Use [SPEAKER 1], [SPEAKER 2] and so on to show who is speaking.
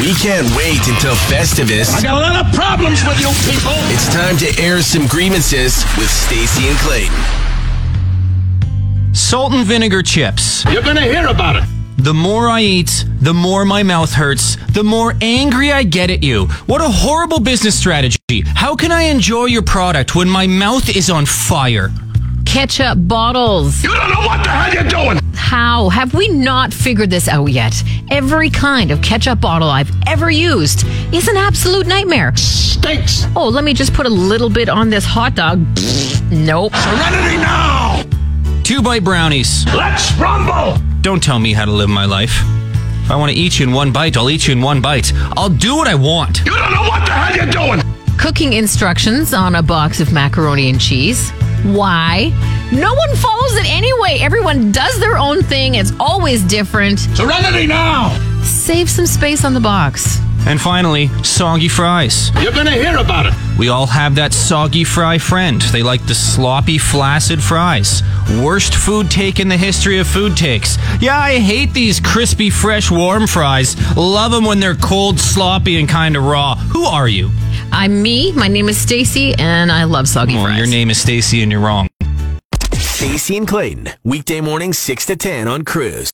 [SPEAKER 1] We can't wait until Festivus.
[SPEAKER 2] I got a lot of problems with you people.
[SPEAKER 1] It's time to air some grievances with Stacy and Clayton.
[SPEAKER 3] Salt and vinegar chips.
[SPEAKER 2] You're gonna hear about it.
[SPEAKER 3] The more I eat, the more my mouth hurts, the more angry I get at you. What a horrible business strategy. How can I enjoy your product when my mouth is on fire?
[SPEAKER 4] ketchup bottles.
[SPEAKER 2] You don't know what the hell you're doing.
[SPEAKER 4] How have we not figured this out yet? Every kind of ketchup bottle I've ever used is an absolute nightmare.
[SPEAKER 2] Stinks.
[SPEAKER 4] Oh, let me just put a little bit on this hot dog. Pfft, Nope.
[SPEAKER 2] Serenity now.
[SPEAKER 3] Two bite brownies.
[SPEAKER 2] Let's rumble.
[SPEAKER 3] Don't tell me how to live my life. If I want to eat you in one bite, I'll eat you in one bite. I'll do what I want.
[SPEAKER 2] You don't know what the hell you're doing.
[SPEAKER 4] Cooking instructions on a box of macaroni and cheese. Why? No one follows it anyway. Everyone does their own thing. It's always different.
[SPEAKER 2] Serenity now.
[SPEAKER 4] Save some space on the box.
[SPEAKER 3] And finally, soggy fries.
[SPEAKER 2] You're gonna hear about it.
[SPEAKER 3] We all have that soggy fry friend. They like the sloppy, flaccid fries. Worst food take in the history of food takes. Yeah, I hate these crispy, fresh, warm fries. Love them when they're cold, sloppy, and kind of raw. Who are you?
[SPEAKER 4] I'm me. My name is Stacy, and I love soggy
[SPEAKER 3] Well,
[SPEAKER 4] fries.
[SPEAKER 3] your name is Stacy, and you're wrong.
[SPEAKER 1] Stacy and Clayton, weekday morning 6 to 10 on Cruise.